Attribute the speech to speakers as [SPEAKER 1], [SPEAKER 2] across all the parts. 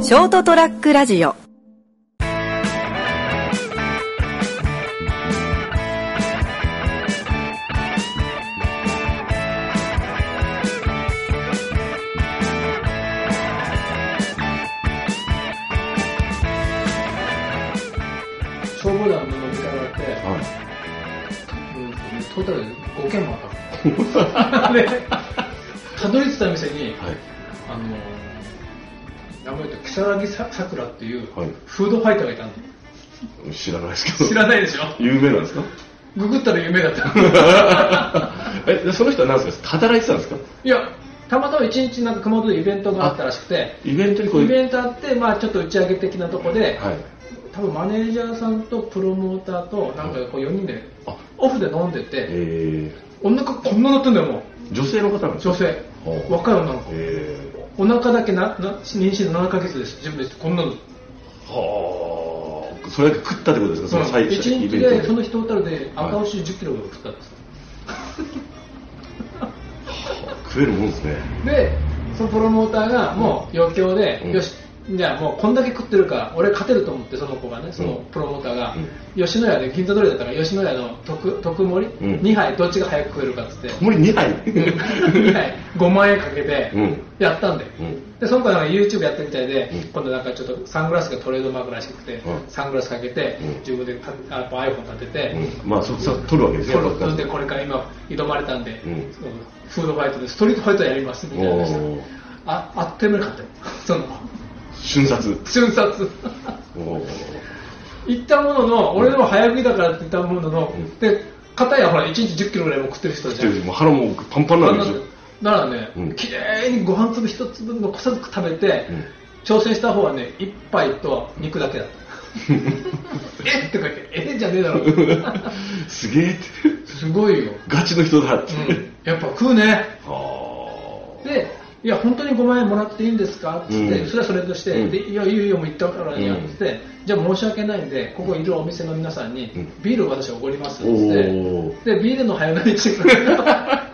[SPEAKER 1] ショートトラックラジオ
[SPEAKER 2] 消防団の飲み会があって、
[SPEAKER 3] は
[SPEAKER 2] うんトータルで5件もあっ たのでたどり着いた店に
[SPEAKER 3] い。はい。
[SPEAKER 2] あの名前と如月ささくらっていう
[SPEAKER 3] はい
[SPEAKER 2] フードファイターがいた の、
[SPEAKER 3] 知らないですけど。
[SPEAKER 2] 知らないでしょ
[SPEAKER 3] 有名なんですか
[SPEAKER 2] ググったら夢だった
[SPEAKER 3] え、でその人は何ですか働いてたんですか
[SPEAKER 2] いやたまたま一日なんか熊本でイベントがあったらしくて
[SPEAKER 3] イベントにこう
[SPEAKER 2] イ
[SPEAKER 3] いう。
[SPEAKER 2] ベントあって、まあ、ちょっと打ち上げ的なとこで、
[SPEAKER 3] はい。
[SPEAKER 2] 多分マネージャーさんとプロモーターとなんかこう4人で
[SPEAKER 3] あ、
[SPEAKER 2] オフで飲んでて、
[SPEAKER 3] え
[SPEAKER 2] お腹こんななってんだよも
[SPEAKER 3] ー、女性の方なん
[SPEAKER 2] う
[SPEAKER 3] です
[SPEAKER 2] 女
[SPEAKER 3] か
[SPEAKER 2] 性
[SPEAKER 3] ほう
[SPEAKER 2] 若い女の子
[SPEAKER 3] え
[SPEAKER 2] お腹だけなな妊娠7ヶ月です準備してこんなの
[SPEAKER 3] ー、はあ。それだけ食ったってことですかその最
[SPEAKER 2] 一
[SPEAKER 3] 初、イ
[SPEAKER 2] 日
[SPEAKER 3] ベント
[SPEAKER 2] で
[SPEAKER 3] で。
[SPEAKER 2] その日トータルで赤牛10キロぐらい食ったんです、
[SPEAKER 3] 食えるもんですね。
[SPEAKER 2] でそのプロモーターがもう余興で、
[SPEAKER 3] うん
[SPEAKER 2] よしじゃあもうこんだけ食ってるから俺勝てると思ってその子がねその
[SPEAKER 3] うん
[SPEAKER 2] プロモーターが、
[SPEAKER 3] う
[SPEAKER 2] 吉野家で銀座通りだったから吉野家の特特盛り、
[SPEAKER 3] うん
[SPEAKER 2] 2杯どっちが早く食えるかっつって
[SPEAKER 3] ともに2杯。
[SPEAKER 2] 2杯5万 円かけて
[SPEAKER 3] うん
[SPEAKER 2] やったんだよ、
[SPEAKER 3] うん
[SPEAKER 2] でその子なんか YouTube やってるみたいで、
[SPEAKER 3] うん
[SPEAKER 2] 今度なんかちょっとサングラスがトレードマークらしくて、
[SPEAKER 3] うん
[SPEAKER 2] サングラスかけて、
[SPEAKER 3] うん
[SPEAKER 2] 自分でたあやっぱ iPhone 立てて、
[SPEAKER 3] うん。まあ、そ、そ、取るわけです
[SPEAKER 2] そ
[SPEAKER 3] よ。
[SPEAKER 2] うそれでこれから今挑まれたんで、
[SPEAKER 3] うん
[SPEAKER 2] そのフードファイトでストリートファイトやりますみたいな話
[SPEAKER 3] おー
[SPEAKER 2] ああっという間に勝ったよその
[SPEAKER 3] 瞬殺。
[SPEAKER 2] 瞬殺
[SPEAKER 3] おー
[SPEAKER 2] 行ったものの俺でも早食いだからって言ったものの、
[SPEAKER 3] うん
[SPEAKER 2] で片やほら1日1 0キロぐらいも食ってる人じゃん
[SPEAKER 3] でもう腹もパンパンなんでしょ。
[SPEAKER 2] だからね、
[SPEAKER 3] うん
[SPEAKER 2] きれいにご飯粒一粒残さず食べて、
[SPEAKER 3] うん
[SPEAKER 2] 挑戦した方はね一杯と肉だけだった えって書いてえじゃねえだろ
[SPEAKER 3] すげえって。
[SPEAKER 2] すごいよ、
[SPEAKER 3] ガチの人だって。
[SPEAKER 2] うん、やっぱ食うね
[SPEAKER 3] はあ。
[SPEAKER 2] で「いや本当に5万円もらっていいんですか?」っつって、
[SPEAKER 3] うん
[SPEAKER 2] それはそれとして「
[SPEAKER 3] うん
[SPEAKER 2] でいやいいよいいよもう行ったからには」
[SPEAKER 3] うん
[SPEAKER 2] つって、じゃあ申し訳ないんでここいるお店の皆さんに
[SPEAKER 3] うん
[SPEAKER 2] ビールを私はおごります」っつって、
[SPEAKER 3] おー
[SPEAKER 2] でビールの早飲みチーム だか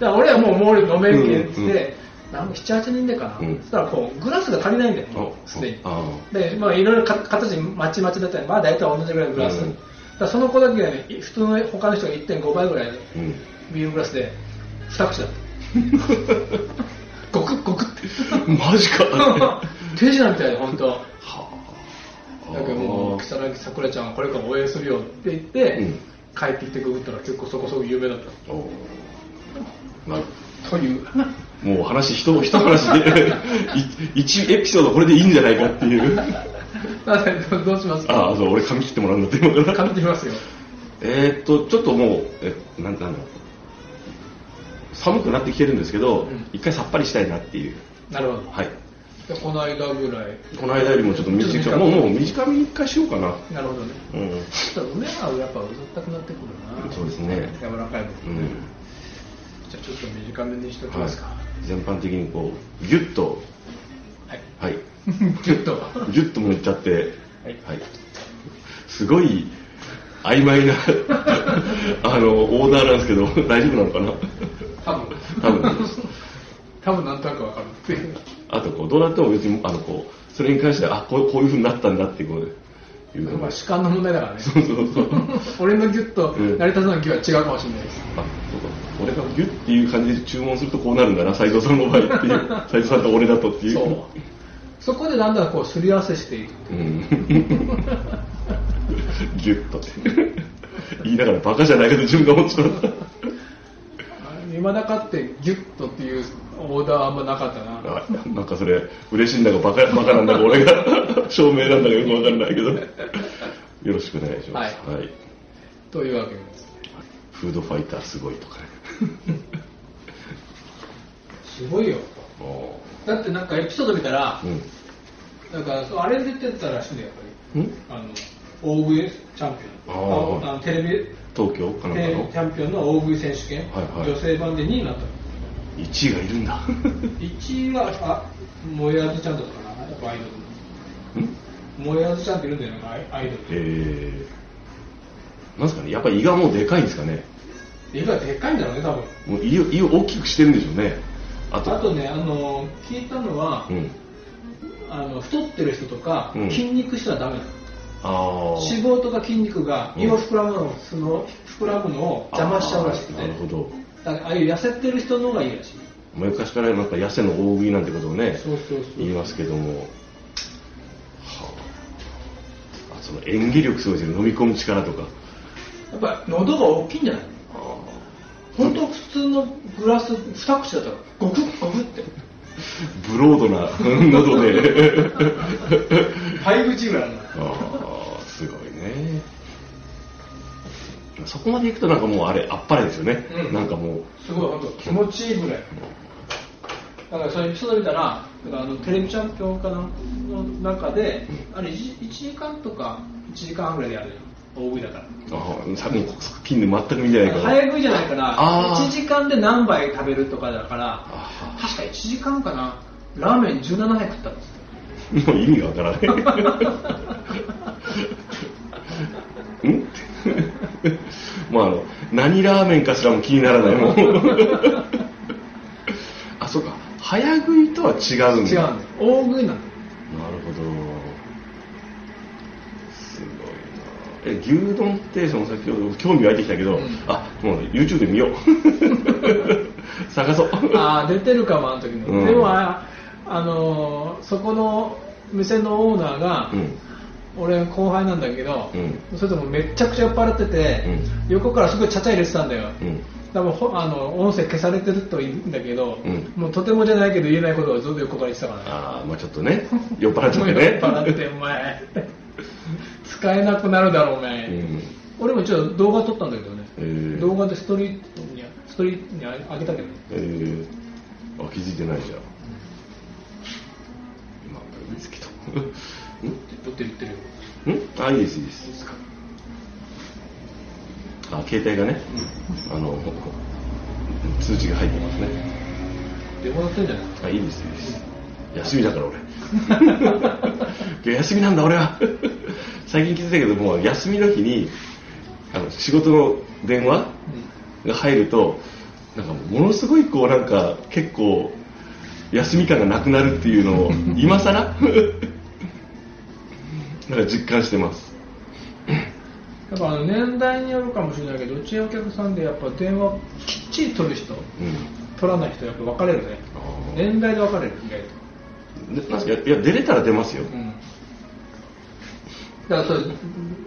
[SPEAKER 2] ら俺はもうもう俺飲めんけんっつ
[SPEAKER 3] う
[SPEAKER 2] っ
[SPEAKER 3] んうん
[SPEAKER 2] て、なんか78人でかな、
[SPEAKER 3] うん
[SPEAKER 2] そしたらこうグラスが足りないんだよ
[SPEAKER 3] あ
[SPEAKER 2] もうすでに
[SPEAKER 3] あ
[SPEAKER 2] でまあいろいろか形まちまちだったりまあ大体同じぐらいのグラス、
[SPEAKER 3] うん
[SPEAKER 2] だからその子だけがねい普通の他の人が1.5倍ぐらいの
[SPEAKER 3] うん
[SPEAKER 2] ビールグラスで2口だった ゴクッゴクって
[SPEAKER 3] マジ かは
[SPEAKER 2] 手品みたいで本当
[SPEAKER 3] あ
[SPEAKER 2] だけどもう草薙さくらちゃんはこれから応援するよって言って、
[SPEAKER 3] うん
[SPEAKER 2] 帰ってきてググったら結構そこそこ有名だった
[SPEAKER 3] おーま
[SPEAKER 2] という
[SPEAKER 3] あもう話一一話で い一エピソードこれでいいんじゃないかっていう
[SPEAKER 2] なのでどうしますか
[SPEAKER 3] ああそう俺髪切ってもらうんだって今から
[SPEAKER 2] 噛んでみますよ
[SPEAKER 3] えーっとちょっともうえなんなんだろう寒くなってきてるんですけど、
[SPEAKER 2] ん
[SPEAKER 3] 一回さっぱりしたいなっていう
[SPEAKER 2] なるほど
[SPEAKER 3] はい
[SPEAKER 2] でこの間ぐらい
[SPEAKER 3] この間よりもちょっと短
[SPEAKER 2] ちょ
[SPEAKER 3] く
[SPEAKER 2] っと短く
[SPEAKER 3] もうもう短めに一回しようかな
[SPEAKER 2] なるほどね
[SPEAKER 3] うん
[SPEAKER 2] ちょっと梅はやっぱうずったくなってくるな
[SPEAKER 3] そうですね
[SPEAKER 2] 柔らかい分、
[SPEAKER 3] うん
[SPEAKER 2] じゃあちょっと短めにしておき
[SPEAKER 3] は、
[SPEAKER 2] ますかはい
[SPEAKER 3] 全般的にこうギュッと
[SPEAKER 2] い、
[SPEAKER 3] はい
[SPEAKER 2] ちょっと
[SPEAKER 3] ギュッともいっちゃって
[SPEAKER 2] はい
[SPEAKER 3] すごい曖昧な あのオーダーなんですけど 大丈夫なのかな
[SPEAKER 2] 多分
[SPEAKER 3] 多分
[SPEAKER 2] 多分なんとなくわかるっていう
[SPEAKER 3] あとこうどうなっても別にあのこうそれに関してあこうこういうふうになったんだってこういうの
[SPEAKER 2] ま
[SPEAKER 3] が
[SPEAKER 2] あ主観の問題だからね
[SPEAKER 3] そうそうそう
[SPEAKER 2] 俺のギュッと
[SPEAKER 3] うん
[SPEAKER 2] 成田さんのギュッは違うかもしれないです、
[SPEAKER 3] あそうか俺がギュッっていう感じで注文するとこうなるんだな斎藤さんの場合っていう斎藤さんと俺だとっていう
[SPEAKER 2] そうそこでだんだんこうすり合わせしていく
[SPEAKER 3] うんギュッとって言いながらバカじゃないけど自分が思っちゃった
[SPEAKER 2] 今だかってギュッとっていうオーダーはあんまなかったな
[SPEAKER 3] あなんかそれ嬉しいんだかバカバカなんだか俺が証明なんだかよくわかんないけどよろしくお願いします、
[SPEAKER 2] はいというわけです
[SPEAKER 3] フードファイターすごいとかね
[SPEAKER 2] すごいよ
[SPEAKER 3] も
[SPEAKER 2] だってなんかエピソード見たら
[SPEAKER 3] う、うん
[SPEAKER 2] なんかそうあれ出てたらしいんだよやっ
[SPEAKER 3] ん
[SPEAKER 2] ぱりあの大食いチャンピオン
[SPEAKER 3] あー
[SPEAKER 2] のテレビ
[SPEAKER 3] 東京かなんか
[SPEAKER 2] テレビ
[SPEAKER 3] の
[SPEAKER 2] チャンピオンの大食い選手権、
[SPEAKER 3] はいはい
[SPEAKER 2] 女性版で2位になったの
[SPEAKER 3] 1位がいるんだ
[SPEAKER 2] 1位はあモヤーズちゃんとかなやっぱアイドル
[SPEAKER 3] うん
[SPEAKER 2] モヤーズちゃんっているんだよねアイアイドル
[SPEAKER 3] えー、なんすかねやっぱ胃がもうでかいんですかね
[SPEAKER 2] 絵がでっかいんだろうね多分
[SPEAKER 3] もう胃を胃を大きくしてるんでしょうねあと
[SPEAKER 2] あとねあの聞いたのは、
[SPEAKER 3] うん
[SPEAKER 2] あの太ってる人とか、
[SPEAKER 3] うん
[SPEAKER 2] 筋肉質はダメなの
[SPEAKER 3] ああ
[SPEAKER 2] 脂肪とか筋肉が胃を膨らむのをその膨らむのを邪魔しちゃうらしくて
[SPEAKER 3] あーなるほど
[SPEAKER 2] だからああいう痩せてる人の方がいいらしい
[SPEAKER 3] 昔からなんか痩せの大食いなんてことをね
[SPEAKER 2] そうそうそう
[SPEAKER 3] 言いますけども、はあ、あその演技力すごいですね飲み込む力とか
[SPEAKER 2] やっぱり喉が大きいんじゃない本当普通のグラス二口だったらゴクッゴクッ て
[SPEAKER 3] ブロードな 喉で
[SPEAKER 2] 肺口ぐらいの
[SPEAKER 3] ああすごいねそこまでいくとなんかもうあれあっぱれですよね、
[SPEAKER 2] うん
[SPEAKER 3] なんかもう
[SPEAKER 2] すごい本当気持ちいいぐらいだからそういうエピソード見たらだからあのテレビチャンピオンかなの中であれ 1, 時間とか1時間半ぐらいでやるよ大食いだから
[SPEAKER 3] ああ多分近年全く見てないから
[SPEAKER 2] 早食いじゃないから
[SPEAKER 3] あー
[SPEAKER 2] 1時間で何杯食べるとかだから
[SPEAKER 3] あ
[SPEAKER 2] 確か1時間かなラーメン17杯食ったんですよ
[SPEAKER 3] もう意味がわから ないんってまああの何ラーメンかすらも気にならない もうあそうか早食いとは違うんだ
[SPEAKER 2] 違うんだよ大食いなんだよ
[SPEAKER 3] なるほどすごいなえ牛丼ってその先ほど興味湧いてきたけど、
[SPEAKER 2] うん
[SPEAKER 3] あもう YouTube で 見よう探そう
[SPEAKER 2] ああ出てるかもあの時の、
[SPEAKER 3] うん
[SPEAKER 2] でもああのーそこの店のオーナーが、
[SPEAKER 3] うん
[SPEAKER 2] 俺後輩なんだけど、
[SPEAKER 3] う
[SPEAKER 2] それともめっちゃくちゃ酔っ払ってて、横からすごいちゃちゃ入れてたんだよ、
[SPEAKER 3] うん
[SPEAKER 2] 多分ほあの音声消されてるといいんだけど、
[SPEAKER 3] うん
[SPEAKER 2] もうとてもじゃないけど言えないことをずっと横から言ってたから
[SPEAKER 3] ああまあちょっとね酔っ払っちゃっ
[SPEAKER 2] もう
[SPEAKER 3] て
[SPEAKER 2] 酔っ
[SPEAKER 3] ね
[SPEAKER 2] 払ってお前使えなくなるだろうお前、
[SPEAKER 3] うん
[SPEAKER 2] 俺もちょっと動画撮ったんだけどね、
[SPEAKER 3] えー
[SPEAKER 2] 動画でストリートにストリートにあげたけどね
[SPEAKER 3] えー、あ気づいてないじゃん今見つけた ん
[SPEAKER 2] 言ってる言ってるよ
[SPEAKER 3] んあいいですいいですあ携帯がね、あの通知が入ってますね
[SPEAKER 2] 出戻ってんじゃない
[SPEAKER 3] あいいですいいです休みだから俺 今日休みなんだ俺は最近気づいたけどもう休みの日にあの仕事の電話が入るとなんかものすごいこうなんか結構休み感がなくなるっていうのを今更 なんか実感してます
[SPEAKER 2] やっぱあの年代によるかもしれないけどうちのお客さんでやっぱ電話きっちり取る人
[SPEAKER 3] うん
[SPEAKER 2] 取らない人やっぱ分かれるね
[SPEAKER 3] あー
[SPEAKER 2] 年代で分かれる意外と、
[SPEAKER 3] でなんすかいやいや出れたら出ますよ
[SPEAKER 2] うん、だからそれ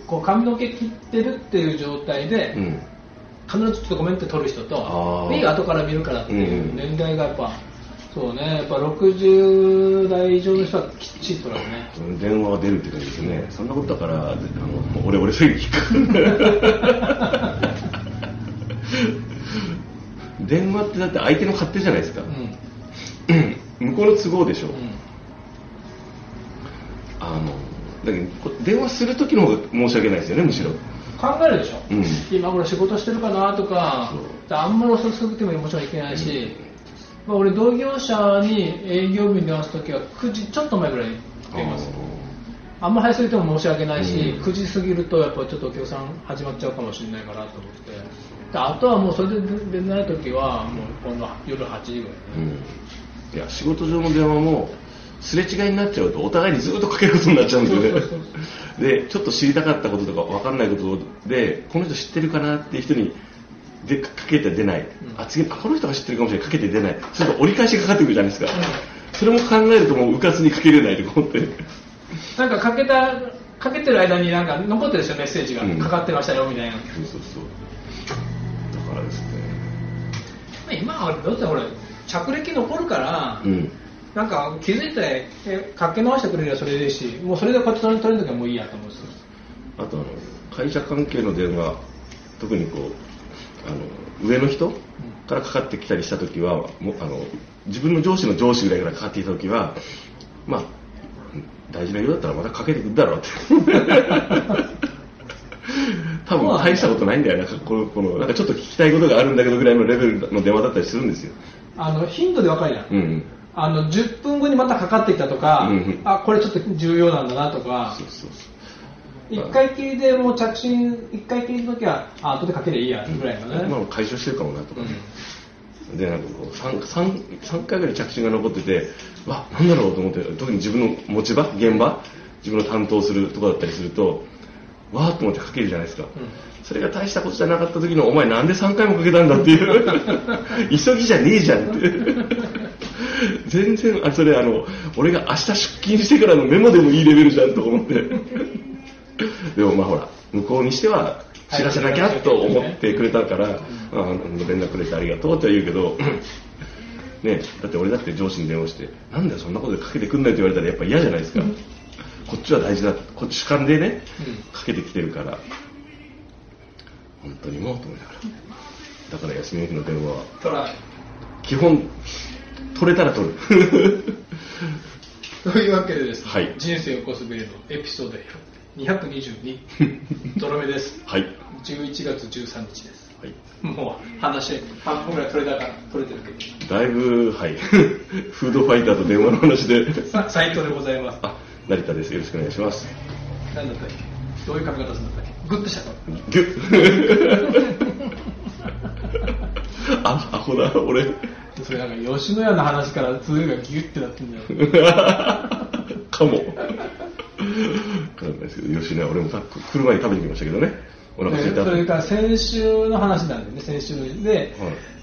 [SPEAKER 2] こう髪の毛切ってるっていう状態で、
[SPEAKER 3] うん
[SPEAKER 2] 必ずちょっとごめんって取る人
[SPEAKER 3] あ
[SPEAKER 2] と
[SPEAKER 3] ー
[SPEAKER 2] いい後から見るからってい
[SPEAKER 3] うんう
[SPEAKER 2] うん年代がやっぱ、そうねやっぱ60代以上の人はきっちり取られるね
[SPEAKER 3] 電話が出るって感じですねそんなことだからあのもう俺俺そういうの引っかかる電話ってだって相手の勝手じゃないですか、
[SPEAKER 2] う
[SPEAKER 3] 向こうの都合でしょ、
[SPEAKER 2] ん、うん
[SPEAKER 3] あのだけどこ電話する時の方が申し訳ないですよねむしろ
[SPEAKER 2] 考えるでしょ、
[SPEAKER 3] うん
[SPEAKER 2] 今頃仕事してるかなとか
[SPEAKER 3] そう
[SPEAKER 2] あんまり遅すぎてももちろんいけないし、まあ、俺同業者に営業日に出す時は9時ちょっと前ぐらいに電話するあんま早すぎても申し訳ないし、
[SPEAKER 3] うん
[SPEAKER 2] 9時過ぎるとやっぱちょっとお客さん始まっちゃうかもしれないかなと思ってであとはもうそれで出ない時はもう今度夜8時ぐらい
[SPEAKER 3] あのうんいや仕事上の電話もすれ違いになっちゃうとお互いにずっとかけることになっちゃうんです よね
[SPEAKER 2] そうそう
[SPEAKER 3] でちょっと知りたかったこととか分かんないことでこの人知ってるかなっていう人にでかけて出ない、
[SPEAKER 2] ん
[SPEAKER 3] あ次あこの人が知ってるかもしれないかけて出ないすると折り返しがかかってくるじゃないですか、それも考えるともううかつにかけれないと思って
[SPEAKER 2] なんかかけたかけてる間になんか残ってるでしょメッセージが、
[SPEAKER 3] うん
[SPEAKER 2] かかってましたよみたいな
[SPEAKER 3] そうそうそうだからですね
[SPEAKER 2] まあ今はどうせほら着歴残るから、
[SPEAKER 3] うん
[SPEAKER 2] なんか気づいてえかけ直してくれればそれでいいしもうそれでこうやって取れる時はもういいやと思うんですよ
[SPEAKER 3] あとあの会社関係の電話特にこうあの上の人からかかってきたりした時はもうあの自分の上司の上司ぐらいからかかってきた時はまあ大事な用だったらまたかけてくる だろうって多分大したことないんだよねこのこのなんかちょっと聞きたいことがあるんだけどぐらいのレベルの電話だったりするんですよ、
[SPEAKER 2] あの頻度で分かるやん、
[SPEAKER 3] うん、
[SPEAKER 2] あの10分後にまたかかってきたとか、
[SPEAKER 3] うんうん
[SPEAKER 2] あこれちょっと重要なんだなとか
[SPEAKER 3] そうそうそう
[SPEAKER 2] 1回きりでもう着信1回きりの時はあ後でかけりゃいいやぐらいのね、
[SPEAKER 3] まあ解消してるかもなとかね、
[SPEAKER 2] うん
[SPEAKER 3] でなんかこう 3, 三三回ぐらい着信が残っててわなんだろうと思って特に自分の持ち場現場自分の担当するとこだったりするとわーっと思ってかけるじゃないですか、それが大したことじゃなかった時のお前なんで3回もかけたんだっていう急ぎじゃねえじゃんって全然あそれあの俺が明日出勤してからのメモでもいいレベルじゃんと思ってでもまあほら向こうにしては知らせなきゃと思ってくれたから、ああの連絡くれてありがとうとは言うけどねだって俺だって上司に電話してなんだよそんなことでかけてくんないって言われたらやっぱ嫌じゃないですか、こっちは大事だこっち主観でね、かけてきてるから本当にもうと思いながらだから休みの日の電話は
[SPEAKER 2] トライ
[SPEAKER 3] 基本取れたら取る
[SPEAKER 2] というわけでですね、
[SPEAKER 3] はい
[SPEAKER 2] 人生を起こすベルのエピソード222 ドロ目です
[SPEAKER 3] はいは
[SPEAKER 2] 11月13日です
[SPEAKER 3] い
[SPEAKER 2] もう話半分ぐらい取れたから取れてるけど
[SPEAKER 3] だいぶはい フードファイターと電話の話で
[SPEAKER 2] さサイトでございます
[SPEAKER 3] あ成田ですよろしくお願いします
[SPEAKER 2] 何だったっけどういう髪型するんだったっけグッとしたの
[SPEAKER 3] ギュッあアホだ俺
[SPEAKER 2] それなんか吉野家の話から通がギュッてなってんだよ
[SPEAKER 3] かも分かんないですけど吉野家俺もさ車に食べに行きましたけどねお腹空いた
[SPEAKER 2] それから先週の話なんだよね先週ので、
[SPEAKER 3] はい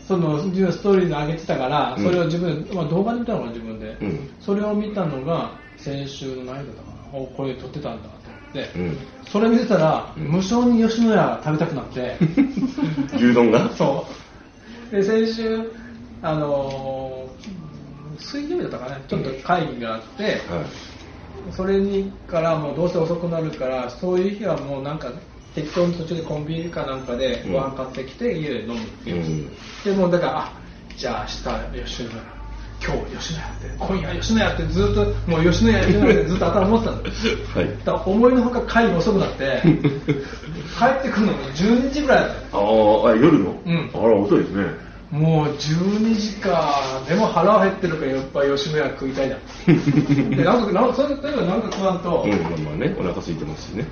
[SPEAKER 2] その自分のストーリーで上げてたから
[SPEAKER 3] うん
[SPEAKER 2] それを自分、まあ、動画で見たのかな自分で、
[SPEAKER 3] うん
[SPEAKER 2] それを見たのが先週の何だったかなおこれ撮ってたんだと思って、
[SPEAKER 3] うん
[SPEAKER 2] それ見てたら、
[SPEAKER 3] うん
[SPEAKER 2] 無性に吉野家が食べたくなって
[SPEAKER 3] 牛丼が
[SPEAKER 2] そうで先週あのー水曜日だったかねちょっと会議があって、
[SPEAKER 3] はい
[SPEAKER 2] それにからもうどうせ遅くなるからそういう日はもうなんか適当に途中でコンビニかなんかで
[SPEAKER 3] うん
[SPEAKER 2] ご飯買ってきて家で飲むっていう、
[SPEAKER 3] うん
[SPEAKER 2] でもうだからあじゃあ明日吉野家今日吉野家って今夜吉野家ってずっともう吉野家吉野家ってずっと頭持ってたんだよ
[SPEAKER 3] はい
[SPEAKER 2] だから思いのほか会議遅くなって 帰ってくるのも12時ぐらいだったよ
[SPEAKER 3] あーあ夜の、
[SPEAKER 2] うん
[SPEAKER 3] あら遅いですね
[SPEAKER 2] もう12時かでも腹は減ってるからやっぱ吉野家食い たいなでなんかなんかそれだけどなんか食わんと、
[SPEAKER 3] うんまあまあねお腹空いてますしね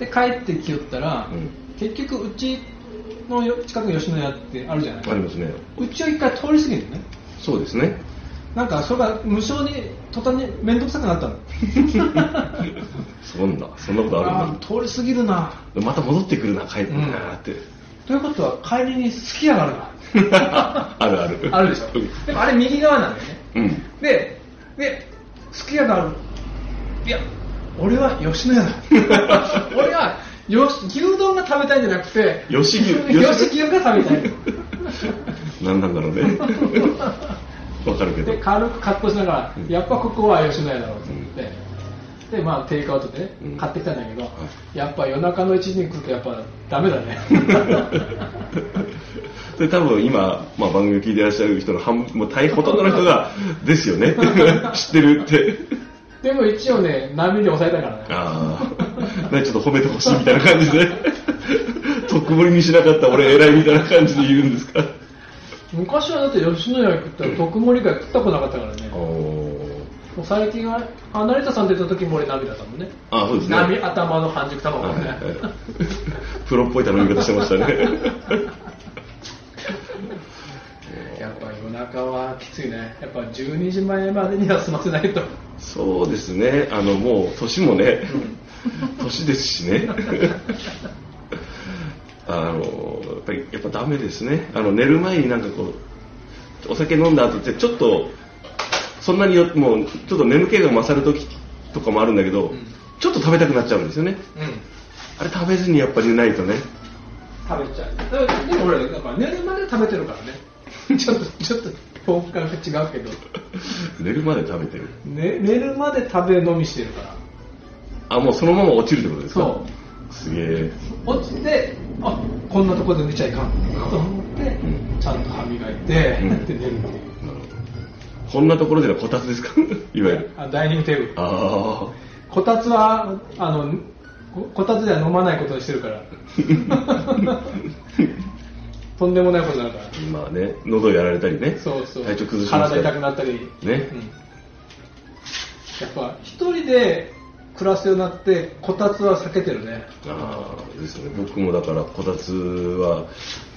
[SPEAKER 2] で帰ってきよったら、
[SPEAKER 3] うん
[SPEAKER 2] 結局うちのよ近くに吉野家ってあるじゃない
[SPEAKER 3] ありますね
[SPEAKER 2] うちを一回通り過ぎてね
[SPEAKER 3] そうですね
[SPEAKER 2] なんかそれが無性に途端に面倒くさくな ったの
[SPEAKER 3] そんなそんなことある
[SPEAKER 2] あ
[SPEAKER 3] んだ
[SPEAKER 2] ー通り過ぎるな
[SPEAKER 3] また戻ってくるな帰ってくるなって、
[SPEAKER 2] ということは帰りに好きやがる
[SPEAKER 3] あるある
[SPEAKER 2] なあるでしょでもあれ右側なんだよね
[SPEAKER 3] うん
[SPEAKER 2] でで好きやがるいや俺は吉野家だ 俺はよし牛丼が食べたいんじゃなくて
[SPEAKER 3] 吉牛
[SPEAKER 2] 吉牛が食べたい
[SPEAKER 3] 何なんだ ろうねわかるけど
[SPEAKER 2] で軽く格好しながら、やっぱここは吉野家だろうと思って、でまあテイクアウトでね、
[SPEAKER 3] うん
[SPEAKER 2] 買ってきたんだけど、
[SPEAKER 3] は
[SPEAKER 2] やっぱ夜中の1時に来るとやっぱダメだ ね
[SPEAKER 3] で多分今、まあ、番組を聞いてらっしゃる人の半分もう大ほとんどの人が「ですよね」 知ってるって
[SPEAKER 2] でも一応ね波に抑えたからね
[SPEAKER 3] ああちょっと褒めてほしいみたいな感じでとっくぼりにしなかった俺偉いみたいな感じで言うんですか
[SPEAKER 2] 昔はだって吉野家食ったら特盛りが食ったことなかったからね
[SPEAKER 3] おー
[SPEAKER 2] もう最近はあ成田さん出た時も俺涙だったもんね
[SPEAKER 3] あそうですね
[SPEAKER 2] 波頭の半熟卵
[SPEAKER 3] はい
[SPEAKER 2] もね、
[SPEAKER 3] はいプロっぽい頼み方してましたね
[SPEAKER 2] やっぱ夜中はきついねやっぱ12時前までには済ませないと
[SPEAKER 3] そうですねあのもう年もね年ですしね あのやっぱりやっぱダメですねあの寝る前になんかこうお酒飲んだ後ってちょっとそんなによもうちょっと眠気が勝る時とかもあるんだけど、
[SPEAKER 2] ん
[SPEAKER 3] ちょっと食べたくなっちゃうんですよね
[SPEAKER 2] うん
[SPEAKER 3] あれ食べずにやっぱり寝ないとね
[SPEAKER 2] 食べちゃうだからでも俺だから寝るまで食べてる からねちょっとちょっと報復感が違うけど、
[SPEAKER 3] 寝るまで食べてる
[SPEAKER 2] ね、寝るまで食べ飲みしてるから
[SPEAKER 3] あもうそのまま落ちるってことですか
[SPEAKER 2] そう
[SPEAKER 3] すげえ
[SPEAKER 2] 落ちてあこんなとこで寝ちゃいかんと思って
[SPEAKER 3] うん
[SPEAKER 2] ちゃんと歯磨いて、
[SPEAKER 3] う
[SPEAKER 2] で寝
[SPEAKER 3] ん
[SPEAKER 2] るっていう
[SPEAKER 3] なるほどこんなところでのこたつですか いわゆる
[SPEAKER 2] あダイニングテーブル
[SPEAKER 3] ああ
[SPEAKER 2] こたつはあのここたつでは飲まないことにしてるから とんでもないことになるから
[SPEAKER 3] まあね、喉やられたりね、
[SPEAKER 2] そうそう
[SPEAKER 3] 体調崩します
[SPEAKER 2] 体痛
[SPEAKER 3] から
[SPEAKER 2] くなったり
[SPEAKER 3] ね
[SPEAKER 2] うんやっぱ一人で暮らすようになってこたつは避けてるね
[SPEAKER 3] ああですね僕もだからこたつは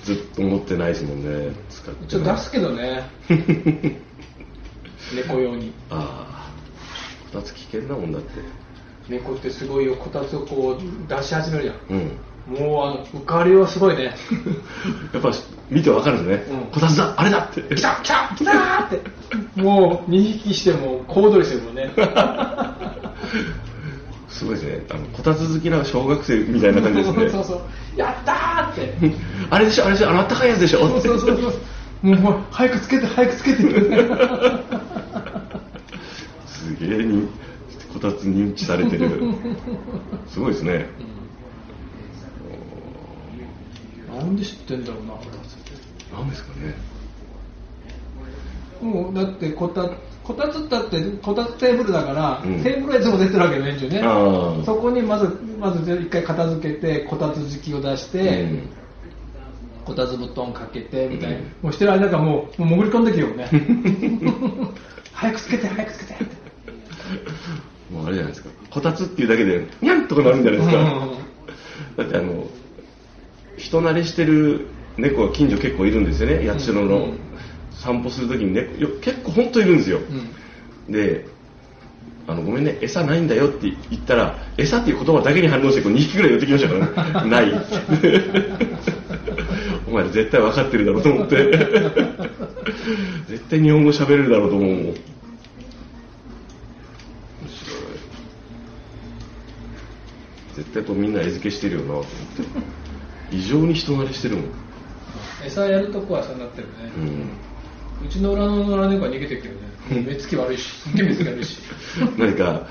[SPEAKER 3] ずっと持ってないですもんね使って
[SPEAKER 2] 一
[SPEAKER 3] ない
[SPEAKER 2] 応出すけど ね猫用に
[SPEAKER 3] ああこたつ危険なもんだって
[SPEAKER 2] 猫ってすごいよこたつをこう出し始めるじゃん
[SPEAKER 3] うん
[SPEAKER 2] もうあの浮かれはすごい ね
[SPEAKER 3] やっぱ見てわかるんですね、
[SPEAKER 2] うん
[SPEAKER 3] こたつだあれだって
[SPEAKER 2] 来た来た来たーってもう2匹しても小躍りするもんね
[SPEAKER 3] すごいですねあのこたつ好きな小学生みたいな感じですね
[SPEAKER 2] そうそうそうやったーって
[SPEAKER 3] あれでしょあれでしょあのあったかいやつでしょ
[SPEAKER 2] そうそうそうそうもうほら早くつけて早くつけて
[SPEAKER 3] すげえにこたつ認知されてるすごいですね
[SPEAKER 2] なんで知ってんだろうなこたつって
[SPEAKER 3] なんですかね
[SPEAKER 2] もうだってこたこたつだってこたつテーブルだから、
[SPEAKER 3] うん
[SPEAKER 2] テーブルはいつも出てるわけよね一応ね
[SPEAKER 3] ああ
[SPEAKER 2] そこにまずまず一回片付けてこたつ敷きを出して、
[SPEAKER 3] うん
[SPEAKER 2] こたつ布団かけてみたいな、
[SPEAKER 3] うん
[SPEAKER 2] もうしてる間がもうもう潜り込んできるよね 早くつけて早くつけてって
[SPEAKER 3] もうあれじゃないですかこたつっていうだけでにゃんとかなるんじゃないですか、だってあの人慣れしてる猫は近所結構いるんですよね八代の、
[SPEAKER 2] うん
[SPEAKER 3] 散歩するときに猫よ結構本当いるんですよ、
[SPEAKER 2] うんうん
[SPEAKER 3] であのごめんね餌ないんだよって言ったら餌っていう言葉だけに反応してこう2匹ぐらい寄ってきましたからねないって お前ら絶対分かってるだろうと思って絶対日本語喋れるだろうと思うもん面白い絶対こうみんな餌付けしてるよなと思って異常に人慣れしてるもん、
[SPEAKER 2] 餌やるとこはそうなってるね、
[SPEAKER 3] うん
[SPEAKER 2] うちの裏の野良猫は逃げてるけどね目つき悪いしすっげえ目つき悪いし
[SPEAKER 3] 何か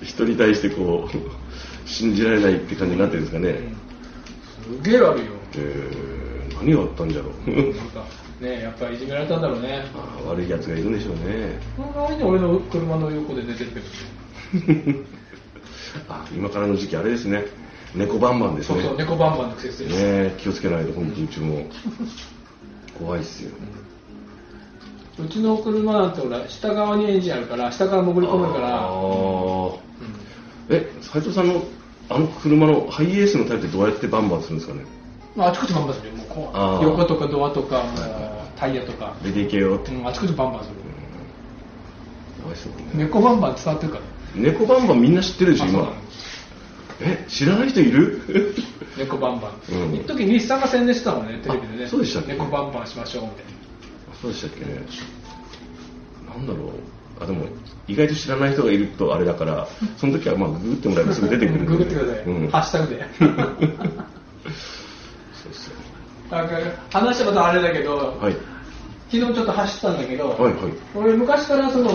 [SPEAKER 3] ひ人に対してこう信じられないって感じになってるんですかね、
[SPEAKER 2] すげえ悪いよ
[SPEAKER 3] えー、何があったんじゃろ う
[SPEAKER 2] なんかねやっぱいじめられたんだろうね
[SPEAKER 3] あー悪いやつがいるんでしょうね
[SPEAKER 2] この周りに俺の車の横で寝てるけどね
[SPEAKER 3] あ今からの時期あれですね猫バンバンです
[SPEAKER 2] そ
[SPEAKER 3] ね
[SPEAKER 2] うそう猫バンバンの季節です、
[SPEAKER 3] ね気をつけないと本当にうちも怖いっすよ
[SPEAKER 2] うちの車なんてほら下側にエンジンあるから下から潜り込むか
[SPEAKER 3] あ
[SPEAKER 2] ら
[SPEAKER 3] ーえ斉藤さんのあの車のハイエースのタイプってどうやってバンバンするんですかね
[SPEAKER 2] まあ、あちこちバンバンするよもうこ
[SPEAKER 3] あー
[SPEAKER 2] う横とかドアとかもうタイヤとか、
[SPEAKER 3] 出ていけよって
[SPEAKER 2] うん、あちこちバンバンする
[SPEAKER 3] 怖いっすよね
[SPEAKER 2] 猫バンバン伝わってるから
[SPEAKER 3] 猫バンバンみんな知ってるでしょ
[SPEAKER 2] あそうな
[SPEAKER 3] 今
[SPEAKER 2] の
[SPEAKER 3] え知らない人いる
[SPEAKER 2] 猫バンバン
[SPEAKER 3] うん
[SPEAKER 2] 一時日産が宣伝してたもんねテレビでね
[SPEAKER 3] あそうでしたっけ
[SPEAKER 2] 猫バンバンしましょうみたいな
[SPEAKER 3] そうでしたっけね。なんだろう。あ、でも、意外と知らない人がいるとあれだから、その時はまあ、ググってもらえばすぐ出てくるんで。
[SPEAKER 2] ググってください、
[SPEAKER 3] うん。
[SPEAKER 2] ハッシュタグで
[SPEAKER 3] そうそう
[SPEAKER 2] なんか話はまたあれだけど、
[SPEAKER 3] はい。
[SPEAKER 2] 昨日ちょっと走ったんだけど、
[SPEAKER 3] はいはい。
[SPEAKER 2] 俺昔からその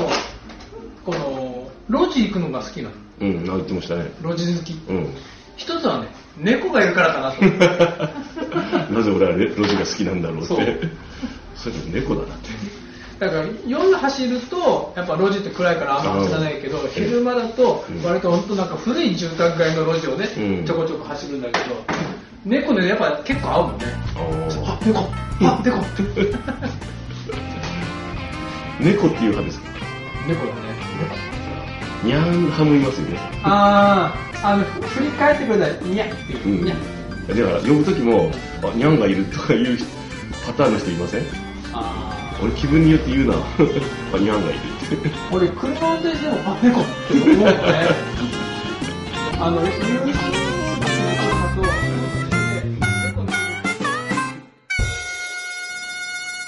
[SPEAKER 2] この路地行くのが好きな
[SPEAKER 3] うん、あ言ってましたね。
[SPEAKER 2] の路地好き
[SPEAKER 3] うん。
[SPEAKER 2] 一つはね猫がいるからかなと思って
[SPEAKER 3] なぜ俺はね路地が好きなんだろうって。
[SPEAKER 2] そ
[SPEAKER 3] そううれでも猫だなって。
[SPEAKER 2] だから夜走るとやっぱ路地って暗いからあんま走らないけど
[SPEAKER 3] うん
[SPEAKER 2] 昼間だと
[SPEAKER 3] うん
[SPEAKER 2] 割と本当なんか古い住宅街の路地をね、
[SPEAKER 3] うん
[SPEAKER 2] ちょこちょこ走るんだけど猫ねやっぱ結構合うもんね
[SPEAKER 3] あ
[SPEAKER 2] あ猫あ 猫
[SPEAKER 3] ー猫っていう派ですか
[SPEAKER 2] 猫だね
[SPEAKER 3] ニャン派もいますよね。。
[SPEAKER 2] あああの振り返ってくれたらニヤっていううんニ
[SPEAKER 3] だ
[SPEAKER 2] ヤ
[SPEAKER 3] から、呼ぶ時も、あ、ニャンがいるとかいう人パターンの人いません
[SPEAKER 2] あ
[SPEAKER 3] 俺気分によって言うな。 あ、ニャンがいるって。
[SPEAKER 2] ー俺車運転してもあ猫って思う もんねあの言う猫